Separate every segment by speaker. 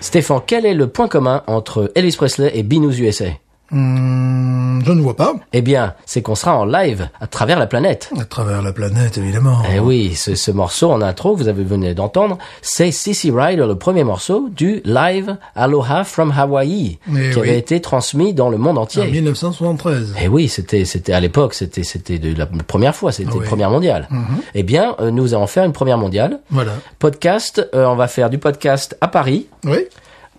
Speaker 1: Stéphane, quel est le point commun entre Elvis Presley et Binous USA
Speaker 2: Hmm, je ne vois pas.
Speaker 1: Eh bien, c'est qu'on sera en live à travers la planète.
Speaker 2: À travers la planète, évidemment.
Speaker 1: Eh oui, ce, ce morceau en intro que vous avez venez d'entendre, c'est CC Rider, le premier morceau du live Aloha from Hawaii,
Speaker 2: Eh
Speaker 1: qui avait
Speaker 2: oui. Ah,
Speaker 1: été transmis dans le monde
Speaker 2: En
Speaker 1: entier.
Speaker 2: 1973.
Speaker 1: Eh oui, c'était c'était à l'époque, c'était c'était de la première fois, c'était
Speaker 2: Ah oui.
Speaker 1: une première mondiale. Eh bien, euh, nous allons faire une première mondiale.
Speaker 2: Voilà.
Speaker 1: Podcast, euh, on va faire du podcast à Paris,
Speaker 2: Oui.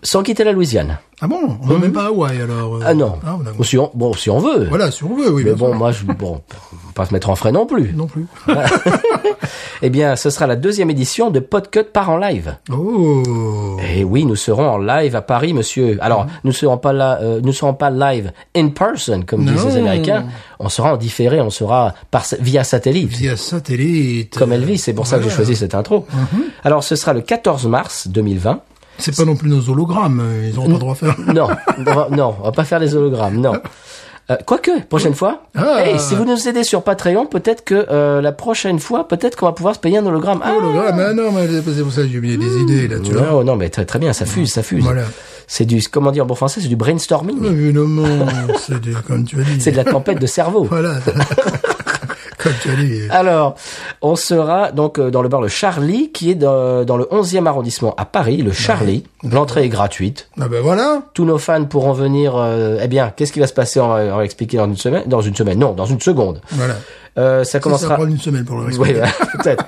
Speaker 1: sans quitter la Louisiane.
Speaker 2: Ah bon On ne met pas Hawaï alors euh,
Speaker 1: Mhm. Ah non,
Speaker 2: Ah, on a-
Speaker 1: Ou si on, bon si on veut.
Speaker 2: Voilà, si on veut, oui.
Speaker 1: Mais
Speaker 2: bien
Speaker 1: bon,
Speaker 2: sûr.
Speaker 1: moi je bon, pas se mettre en frais non plus.
Speaker 2: Non plus.
Speaker 1: Eh bien, ce sera la deuxième édition de Podcut part en live.
Speaker 2: Oh
Speaker 1: Et oui, nous serons en live à Paris, monsieur. Alors,
Speaker 2: Mm.
Speaker 1: nous serons pas là, euh, nous serons pas live in person, comme disent les
Speaker 2: Non.
Speaker 1: Américains. On sera en différé, on sera par, via satellite.
Speaker 2: Via satellite.
Speaker 1: Comme Elvis, c'est pour ça que j'ai
Speaker 2: Voilà.
Speaker 1: choisi cette intro.
Speaker 2: Mm-hmm.
Speaker 1: Alors, ce sera le 14 mars 2020.
Speaker 2: C'est pas non plus nos hologrammes, euh, ils n'auront pas le droit à faire.
Speaker 1: Non, on va- non, on va pas faire les hologrammes, non. Euh, Quoique, prochaine fois,
Speaker 2: Ah.
Speaker 1: hey, si vous nous aidez sur Patreon, peut-être que euh, la prochaine fois, peut-être qu'on va pouvoir se payer un hologramme. Ah,
Speaker 2: Hologramme, ah non, mais c'est pas- c'est pour ça que j'ai mis des idées là, tu vois.
Speaker 1: Oh, non, non, mais très, très bien, ça fuse, ça fuse.
Speaker 2: Voilà.
Speaker 1: C'est du, comment dire en bon français, c'est du brainstorming.
Speaker 2: Évidemment, c'est des- comme tu as dit.
Speaker 1: C'est de la tempête de cerveau.
Speaker 2: Voilà. comme tu as dit.
Speaker 1: Alors, on sera donc euh, dans le bar Le Charlie, qui est dans, dans le 11e arrondissement à Paris, le Charlie. L'entrée est gratuite.
Speaker 2: Ah ben voilà.
Speaker 1: Tous nos fans pourront venir. euh, eh bien, qu'est-ce qui va se passer On va, on va l'expliquer dans une semaine. Dans une semaine, non, dans une seconde.
Speaker 2: Voilà.
Speaker 1: Euh, ça
Speaker 2: Ça, ça
Speaker 1: commencera.
Speaker 2: prend une semaine pour le reste.
Speaker 1: Oui, bah, peut-être.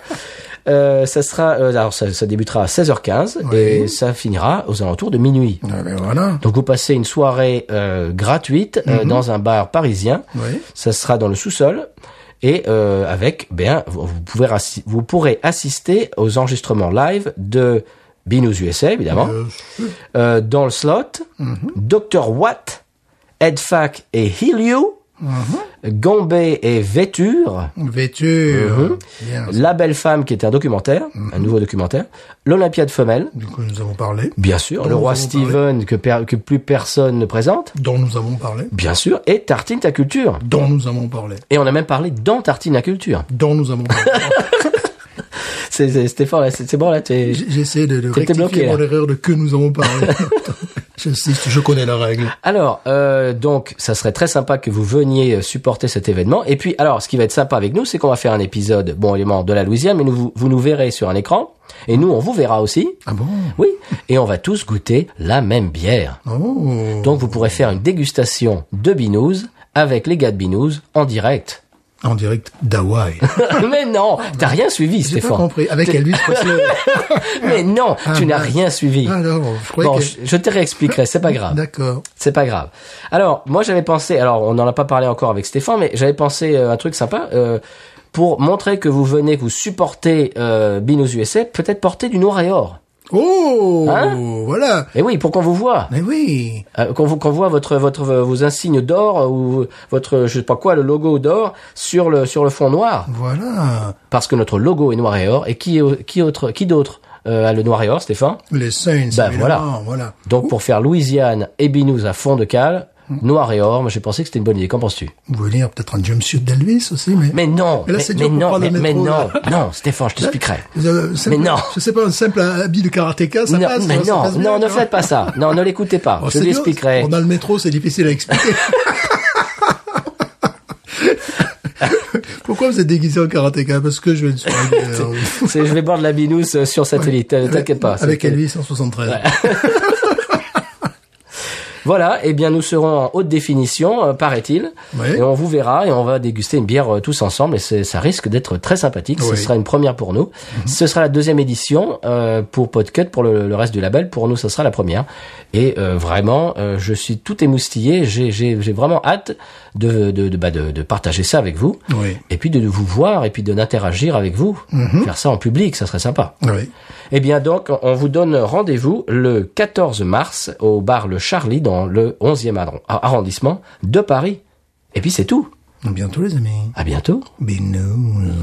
Speaker 1: Euh, ça sera. euh, alors, ça, ça débutera à 16h15 et ça finira aux alentours de minuit.
Speaker 2: Ah ben voilà.
Speaker 1: Donc, vous passez une soirée euh, gratuite euh, dans un bar parisien.
Speaker 2: Oui.
Speaker 1: Ça sera dans le sous-sol. Et euh, avec, bien, vous, vous pouvez assi- vous pourrez assister aux enregistrements live de Binous USA, évidemment,
Speaker 2: Euh,
Speaker 1: euh, dans le slot, Dr. Watt, Edfac et Helio,
Speaker 2: uh-huh.
Speaker 1: Gombe et Véture,
Speaker 2: Vêture. euh,
Speaker 1: Uh-huh.
Speaker 2: Bien.
Speaker 1: La Belle Femme qui est un documentaire, un nouveau documentaire, l'Olympiade Femelle,
Speaker 2: Du coup, nous avons parlé.
Speaker 1: bien sûr, Le
Speaker 2: nous
Speaker 1: Roi
Speaker 2: avons
Speaker 1: Steven que, per- que plus personne ne présente,
Speaker 2: Dont nous avons parlé.
Speaker 1: bien sûr, et Tartine ta culture.
Speaker 2: Dont nous avons parlé.
Speaker 1: Et on a même parlé dans Tartine à culture.
Speaker 2: Dont nous avons parlé.
Speaker 1: C'est- c'est- C'était fort là, c'est c'est bon là, t'es...
Speaker 2: J'ai- J'essaie de, de
Speaker 1: T'étais
Speaker 2: rectifier
Speaker 1: bloqué,
Speaker 2: mon
Speaker 1: là.
Speaker 2: erreur de que nous avons parlé. J'insiste, je connais la règle.
Speaker 1: Alors, euh, donc, ça serait très sympa que vous veniez euh, supporter cet événement. Et puis, alors, ce qui va être sympa avec nous, c'est qu'on va faire un épisode, bon, élément de la Louisiane, mais nous, vous, vous nous verrez sur un écran. Et nous, on vous verra aussi.
Speaker 2: Ah bon
Speaker 1: Oui. Et on va tous goûter la même bière.
Speaker 2: Oh.
Speaker 1: Donc, vous pourrez faire une dégustation de Binous avec les gars de Binous en direct.
Speaker 2: En direct d'Hawaï.
Speaker 1: mais non, t'as rien suivi,
Speaker 2: J'ai pas
Speaker 1: Stéphane.
Speaker 2: compris. Avec Elvis Presley.
Speaker 1: mais non, tu n'as
Speaker 2: mince.
Speaker 1: rien suivi.
Speaker 2: Ah, Alors, je croyais
Speaker 1: Bon,
Speaker 2: que...
Speaker 1: je, je te réexpliquerai, c'est pas grave.
Speaker 2: D'accord.
Speaker 1: C'est pas grave. Alors, moi j'avais pensé, alors on n'en a pas parlé encore avec Stéphane, mais j'avais pensé euh, un truc sympa. euh, pour montrer que vous venez, que vous supportez euh, Binous USA, peut-être porter du noir et or.
Speaker 2: Oh
Speaker 1: Hein
Speaker 2: Voilà.
Speaker 1: Et oui, pour qu'on vous voit.
Speaker 2: Mais oui.
Speaker 1: Euh, qu'on vous, qu'on voit votre, votre, vos insignes d'or euh, ou votre, je sais pas quoi, le logo d'or sur le, sur le fond noir.
Speaker 2: Voilà.
Speaker 1: Parce que notre logo est noir et or. Et qui, est- qui, autre, qui d'autre euh, a le noir et or, Stéphane
Speaker 2: Les Saints.
Speaker 1: Ben,
Speaker 2: évidemment, voilà.
Speaker 1: Donc pour faire Louisiane et Binous à fond de cale, noir et or, moi j'ai pensé que c'était une bonne idée. Qu'en penses-tu
Speaker 2: Vous pouvez lire peut-être un jumpsuit d'Elvis aussi, mais...
Speaker 1: Mais non,
Speaker 2: Mais là,
Speaker 1: mais,
Speaker 2: c'est dur
Speaker 1: mais
Speaker 2: pour
Speaker 1: non,
Speaker 2: prendre
Speaker 1: mais,
Speaker 2: le
Speaker 1: mais
Speaker 2: métro,
Speaker 1: non,
Speaker 2: là.
Speaker 1: non, Stéphane, je t'expliquerai.
Speaker 2: Euh, simple-
Speaker 1: Mais non.
Speaker 2: Je sais pas, un simple habit de karatéka, ça
Speaker 1: Non,
Speaker 2: passe.
Speaker 1: mais
Speaker 2: ça
Speaker 1: non,
Speaker 2: passe bien,
Speaker 1: non, ne
Speaker 2: quoi.
Speaker 1: faites pas ça. Non, ne l'écoutez pas.
Speaker 2: Oh,
Speaker 1: je
Speaker 2: c'est dur.
Speaker 1: l'expliquerai.
Speaker 2: On a le métro, c'est difficile à expliquer. Pourquoi vous êtes déguisé en karatéka Parce que je vais le souligner. alors.
Speaker 1: C'est- Je vais boire de la binousse euh, sur satellite. euh, T'inquiète pas.
Speaker 2: Avec
Speaker 1: c'est-
Speaker 2: Elvis en 73.
Speaker 1: Voilà. Eh bien, nous serons en haute définition, euh, paraît-il.
Speaker 2: Oui.
Speaker 1: Et on vous verra et on va déguster une bière euh, tous ensemble. Et c'est- ça risque d'être très sympathique. Ce
Speaker 2: Oui. Mhm.
Speaker 1: sera une première pour nous. Ce sera la deuxième édition euh, pour Podcut, pour le, le reste du label. Pour nous, ce sera la première. Et euh, vraiment, euh, je suis tout émoustillé. J'ai- J'ai j'ai vraiment hâte de, de, de, bah, de, de partager ça avec vous.
Speaker 2: Oui.
Speaker 1: Et puis de vous voir et puis de d'interagir avec vous.
Speaker 2: Mhm.
Speaker 1: Faire ça en public, ça serait sympa.
Speaker 2: Oui.
Speaker 1: Eh bien donc, on vous donne rendez-vous le 14 mars au bar Le Charlie dans le 11e arron- arrondissement de Paris. Et puis c'est tout.
Speaker 2: À bientôt les amis.
Speaker 1: À bientôt.
Speaker 2: Binous.